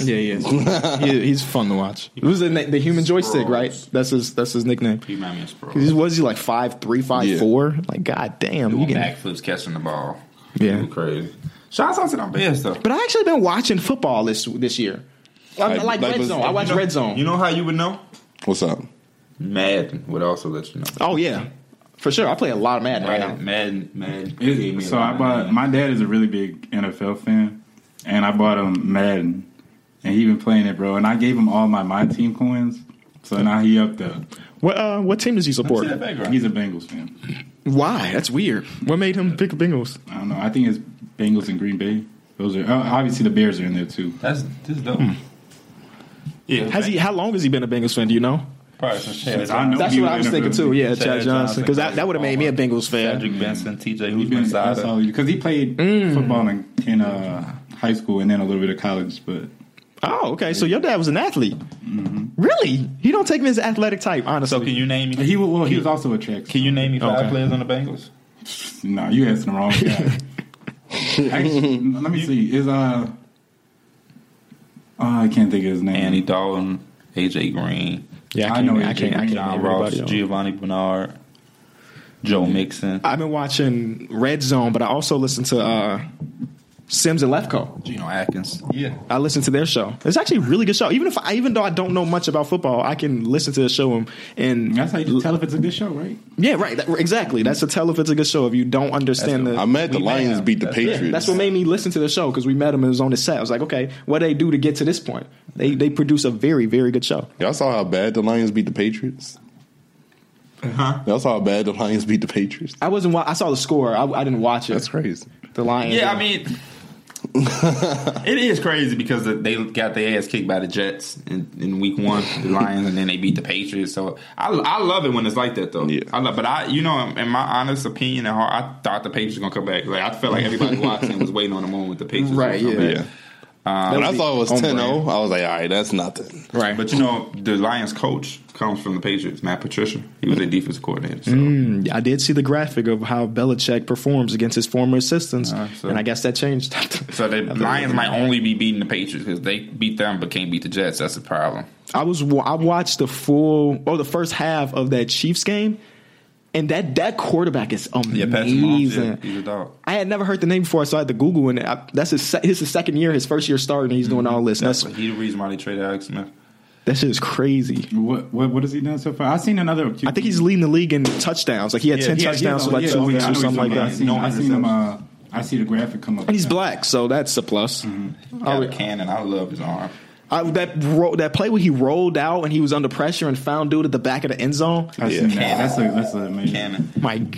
Speaker 2: yeah, yeah. he, he's fun to watch. It was the, na- the human joystick, right? That's his that's his nickname.
Speaker 1: He reminded me of Sproul.
Speaker 2: He's, was he like five three, five
Speaker 4: Yeah.
Speaker 2: four? Like god damn, you
Speaker 1: Doing
Speaker 2: can.
Speaker 1: backflips, catching the ball.
Speaker 2: Yeah.
Speaker 1: He was crazy. Shouts out to them Bears though.
Speaker 2: But I actually been watching football this this year. I
Speaker 4: Like-
Speaker 2: like,
Speaker 4: like
Speaker 2: Red
Speaker 4: was-
Speaker 2: Zone. I watch Red Zone.
Speaker 1: You know how you would know?
Speaker 4: What's up?
Speaker 1: Madden would also let you know.
Speaker 2: oh yeah, for sure. I play a lot of Madden right now.
Speaker 1: Madden, Madden, Madden. gave me
Speaker 3: It,
Speaker 1: a
Speaker 3: so
Speaker 1: lot
Speaker 3: I
Speaker 1: of
Speaker 3: bought.
Speaker 1: Madden.
Speaker 3: My dad is a really big NFL fan, and I bought him Madden, and he been playing it, bro. And I gave him all my my team coins. So now he up there.
Speaker 2: What uh, what team does he support?
Speaker 1: See that background?
Speaker 3: He's a Bengals fan.
Speaker 2: Why? That's weird. What made him pick Bengals?
Speaker 3: I don't know. I think it's Bengals and Green Bay. Those are oh, obviously the Bears are in there too.
Speaker 1: That's this is dope.
Speaker 2: Hmm.
Speaker 1: Yeah,
Speaker 2: Has he? How long has he been a Bengals fan? Do you know?
Speaker 1: Probably some shit.
Speaker 3: I know
Speaker 2: That's
Speaker 3: he
Speaker 2: what I was
Speaker 3: in the
Speaker 2: thinking too.
Speaker 3: NFL.
Speaker 2: Yeah,
Speaker 1: Chad
Speaker 2: Chad Johnson,
Speaker 1: Johnson.
Speaker 2: because that, that would have made me a Bengals fan.
Speaker 1: Patrick Benson, TJ
Speaker 3: He's been
Speaker 1: Houston,
Speaker 3: that's
Speaker 1: Sada.
Speaker 3: all because he played football in, in uh, high school and then a little bit of college. But
Speaker 2: Oh, okay. So your dad was an athlete. Really? You don't take me as an athletic type, honestly.
Speaker 1: So can you name me?
Speaker 3: he was well, he was also a track.
Speaker 1: Can you name me five
Speaker 2: Okay.
Speaker 1: players on the Bengals?
Speaker 3: No, you asking the wrong guy. Actually, let me see. Is uh, oh, I can't think of his name.
Speaker 1: Andy Dalton, AJ Green,
Speaker 2: yeah,
Speaker 3: I know
Speaker 2: I
Speaker 3: AJ
Speaker 2: can't. I can't.
Speaker 1: John
Speaker 2: name
Speaker 1: Ross,
Speaker 2: everybody else.
Speaker 1: Giovanni Bernard, Joe Mixon.
Speaker 2: I've been watching Red Zone, but I also listen to uh, Sims and Lefko.
Speaker 1: Geno Atkins. Yeah.
Speaker 2: I listen to their show. It's actually a really good show. Even if I, even though I don't know much about football, I can listen to the show and, and
Speaker 3: That's how you tell if it's a good show, right?
Speaker 2: yeah, right, that- exactly. That's a tell if it's a good show if you don't understand the.
Speaker 4: I'm mad the
Speaker 1: We
Speaker 4: Lions
Speaker 1: mad.
Speaker 4: beat the
Speaker 1: That's it.
Speaker 4: Patriots.
Speaker 2: yeah, that's what made me listen to the show because we met him and it was on the set. I was like, okay, what they do to get to this point? They they produce a very very good show.
Speaker 4: Y'all saw how bad the Lions beat the Patriots. Huh? Y'all saw how bad the Lions beat the Patriots.
Speaker 2: I wasn't. wa- I saw the score. I, I didn't watch it.
Speaker 4: That's crazy.
Speaker 2: The Lions.
Speaker 1: Yeah, I mean, it is crazy because they got their ass kicked by the Jets in, in Week One, the Lions, and then they beat the Patriots. So I, I love it when it's like that, though.
Speaker 4: Yeah.
Speaker 1: I love, but I, you know, in my honest opinion and heart, I thought the Patriots were gonna come back. Like I felt like everybody watching was waiting on the moment with the Patriots.
Speaker 2: Right,
Speaker 1: would come
Speaker 2: Yeah.
Speaker 1: back.
Speaker 4: Yeah. Uh, when I
Speaker 2: was
Speaker 4: saw it was
Speaker 2: on
Speaker 4: 10
Speaker 2: brand.
Speaker 4: 0, I was like, all right, that's nothing.
Speaker 2: right.
Speaker 1: But you know, the Lions coach comes from the Patriots, Matt Patricia. He was a defense coordinator. So.
Speaker 2: I did see the graphic of how Belichick performs against his former assistants,
Speaker 1: Uh, so-
Speaker 2: and I guess that changed.
Speaker 1: So the Lions might only be beating the Patriots because they beat them but can't beat the Jets. That's the problem.
Speaker 2: I was wa- I watched the full or the first half of that Chiefs game, and that that quarterback is
Speaker 1: Yeah, Patrick Mahomes,
Speaker 2: amazing.
Speaker 1: yeah, he's a dog.
Speaker 2: I had never heard the name before, so I had to Google, and
Speaker 3: Mm-hmm.
Speaker 2: I, that's his se- his second year, his first year starting, and he's doing all this. And
Speaker 1: That's
Speaker 2: that's
Speaker 1: he the reason why they traded Alex Smith.
Speaker 2: That shit is crazy.
Speaker 3: What, what what has he done so far? I've seen another.
Speaker 2: I think he's leading the league in touchdowns. Like he had ten
Speaker 3: Yeah,
Speaker 2: touchdowns
Speaker 3: yeah,
Speaker 2: for like
Speaker 3: yeah,
Speaker 2: two
Speaker 3: okay,
Speaker 2: weeks
Speaker 3: I
Speaker 2: or
Speaker 3: know
Speaker 2: something
Speaker 3: what
Speaker 2: like
Speaker 3: you're
Speaker 2: that.
Speaker 3: talking about. I seen, I seen him. Uh, I see the graphic come up.
Speaker 2: And he's black, so that's a plus.
Speaker 3: Mm-hmm.
Speaker 2: Oh,
Speaker 1: Got a cannon. I love his arm.
Speaker 2: I, that ro- that play where he rolled out and he was under pressure and found dude at the back of the end zone.
Speaker 3: I seen that. That's a that's a amazing.
Speaker 1: Cannon.
Speaker 2: My
Speaker 1: That's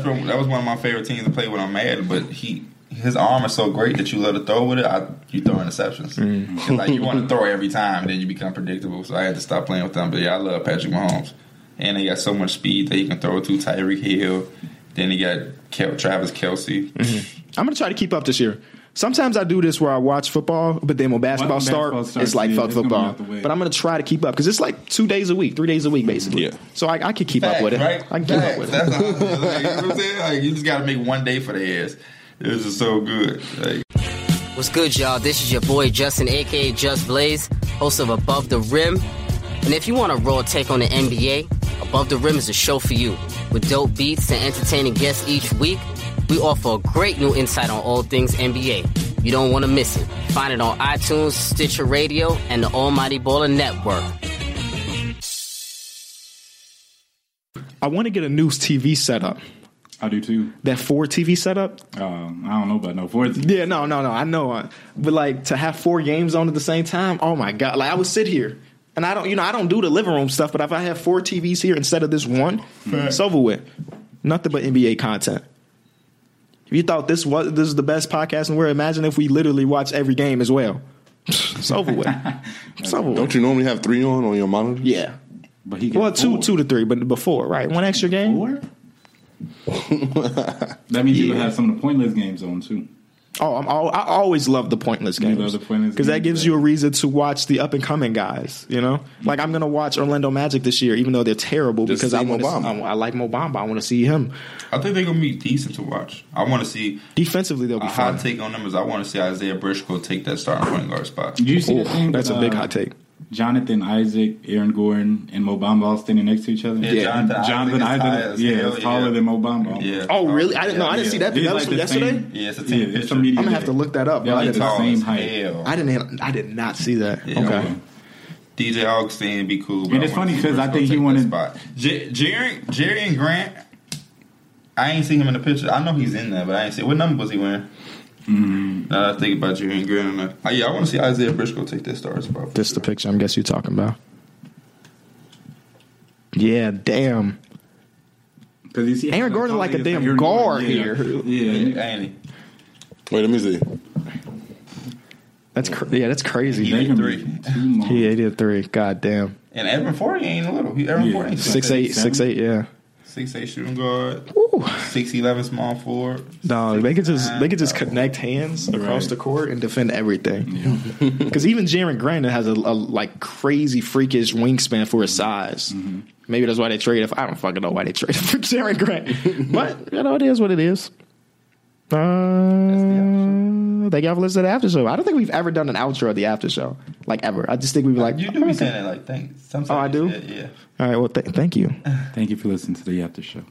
Speaker 2: God,
Speaker 1: been, that was one of my favorite teams to play with on Madden. But he his arm is so great that you let it throw with it. I, you throw interceptions.
Speaker 2: Mm.
Speaker 1: It's Like you want to throw every time, and then you become predictable. So I had to stop playing with them. But yeah, I love Patrick Mahomes, and he got so much speed that he can throw it to Tyreek Hill. Then he got Kel- Travis Kelsey.
Speaker 2: Mm-hmm. I'm gonna try to keep up this year. Sometimes I do this where I watch football, but then when basketball,
Speaker 3: Once
Speaker 2: start,
Speaker 3: basketball starts,
Speaker 2: it's like
Speaker 3: yeah,
Speaker 2: fuck
Speaker 3: it's gonna be
Speaker 2: football.
Speaker 3: out the way.
Speaker 2: But I'm gonna try to keep up because it's like two days a week, three days a week basically.
Speaker 4: Yeah.
Speaker 2: So I, I can keep up with it.
Speaker 1: Right?
Speaker 2: I can keep up
Speaker 1: Facts.
Speaker 2: with it.
Speaker 1: That's how I feel. Like, you know what I'm saying? Like, you just got to make one day for the ass. This is so good. Like,
Speaker 6: What's good, y'all? This is your boy Justin, aka Just Blaze, host of Above the Rim. And if you want a raw take on the NBA, Above the Rim is a show for you. With dope beats and entertaining guests each week, we offer a great new insight on all things NBA. You don't want to miss it. Find it on iTunes, Stitcher Radio, and the Almighty Baller Network.
Speaker 2: I want to get a new TV setup.
Speaker 3: I do too.
Speaker 2: That four TV setup.
Speaker 3: Um, I don't know about no fourth.
Speaker 2: Yeah, no, no, no. I know, uh, but like to have four games on at the same time. Oh my god! Like I would sit here, and I don't, you know, I don't do the living room stuff. But if I have four TVs here instead of this one, it's over with. Nothing but NBA content. If you thought this was this is the best podcast in the world, imagine if we literally watch every game as well. It's over with. It's over with.
Speaker 4: Don't you normally have three on on your monitor?
Speaker 2: Yeah.
Speaker 3: But he got
Speaker 2: Well, two,
Speaker 3: four.
Speaker 2: two to three, but before right, one extra game.
Speaker 3: four. that means you have some of the pointless games on too.
Speaker 2: Oh, I'm all, I always love the pointless games
Speaker 3: love the pointless
Speaker 2: because that
Speaker 3: games,
Speaker 2: gives
Speaker 3: right.
Speaker 2: you a reason to watch the up and coming guys. You know, like I'm gonna watch Orlando Magic this year, even though they're terrible,
Speaker 4: Just
Speaker 2: because I
Speaker 4: see
Speaker 2: want
Speaker 4: Mobamba.
Speaker 2: I, I like Mobamba. I want to see him
Speaker 1: I think they're going to be decent to watch. I want to see
Speaker 2: defensively. They'll be
Speaker 1: a hot
Speaker 2: fun.
Speaker 1: take on them is I want to see Isaiah Briscoe take that starting point guard spot.
Speaker 3: Did you see
Speaker 2: Ooh,
Speaker 3: that thing
Speaker 2: that's
Speaker 3: with,
Speaker 2: a big
Speaker 3: uh,
Speaker 2: hot take.
Speaker 3: Jonathan Isaac, Aaron Gordon, and Mobamba all standing next to each other.
Speaker 1: Yeah, Jonathan Isaac
Speaker 3: Jonathan
Speaker 1: is
Speaker 3: Isaac,
Speaker 1: high as
Speaker 3: yeah,
Speaker 1: hell,
Speaker 3: it's taller
Speaker 1: yeah.
Speaker 3: than Mobamba.
Speaker 1: Yeah.
Speaker 2: Oh, really? I didn't know. I didn't see that.
Speaker 3: He's
Speaker 2: That was
Speaker 3: like
Speaker 2: from
Speaker 3: the
Speaker 2: yesterday.
Speaker 3: same-
Speaker 1: Yeah, it's a team
Speaker 3: it's
Speaker 1: picture.
Speaker 3: a media.
Speaker 2: I'm gonna have to look that up.
Speaker 3: They're
Speaker 2: bro. I
Speaker 3: like
Speaker 2: didn't,
Speaker 3: the
Speaker 1: Tall
Speaker 3: same
Speaker 1: as
Speaker 3: height.
Speaker 1: hell.
Speaker 2: I didn't. I did not see that.
Speaker 1: Yeah.
Speaker 2: Okay.
Speaker 1: DJ Augustine be cool. but
Speaker 3: And
Speaker 1: I
Speaker 3: it's
Speaker 1: wanna
Speaker 3: funny
Speaker 1: see
Speaker 3: 'cause I
Speaker 1: Briscoe
Speaker 3: think he
Speaker 1: take that
Speaker 3: wanted-
Speaker 1: spot. J- Jerry, Jerry and Grant. I ain't seen him in the picture. I know he's in there, but I ain't see what number was he wearing. Now that I think about Jerry and Grant, I'm like, oh, yeah, I want to see Isaiah Briscoe take that starting spot.
Speaker 2: This the picture. I'm guess you're talking about. Yeah. Damn.
Speaker 3: Because you see,
Speaker 2: Aaron
Speaker 3: how
Speaker 2: Gordon
Speaker 3: tall
Speaker 2: like
Speaker 3: he
Speaker 2: a
Speaker 3: is,
Speaker 2: damn
Speaker 3: Aaron
Speaker 2: guard
Speaker 3: Gordon, yeah.
Speaker 2: here.
Speaker 3: Yeah,
Speaker 1: ain't he?
Speaker 4: Wait, let me see.
Speaker 2: That's cra- yeah. That's crazy.
Speaker 1: Yeah.
Speaker 3: they can
Speaker 1: Three.
Speaker 3: be too long.
Speaker 2: He did three. God damn.
Speaker 1: And Evan Forty ain't little. He, Evan
Speaker 3: Yeah.
Speaker 1: Forty ain't
Speaker 2: Six eight. Six eight. Yeah.
Speaker 1: six eight shooting guard,
Speaker 2: Ooh.
Speaker 1: six eleven small forward.
Speaker 2: No, they could just they could just
Speaker 1: Six, nine,
Speaker 2: connect hands across
Speaker 3: Right.
Speaker 2: the court and defend everything. Because even Jaren Grant has a, a like crazy freakish wingspan for his size.
Speaker 1: Mm-hmm.
Speaker 2: Maybe that's why they traded. I don't fucking know why they traded for Jaren Grant, but you know it is what it is. Uh, thank y'all for listening to the after show. I don't think we've ever done an outro of the after show, like ever. I just think we'd be like,
Speaker 1: You do be saying that like thanks. Sometimes
Speaker 2: Oh, I
Speaker 1: you
Speaker 2: do?
Speaker 1: say that, yeah.
Speaker 2: all right, well, th- thank you.
Speaker 3: Thank you for listening to the after show.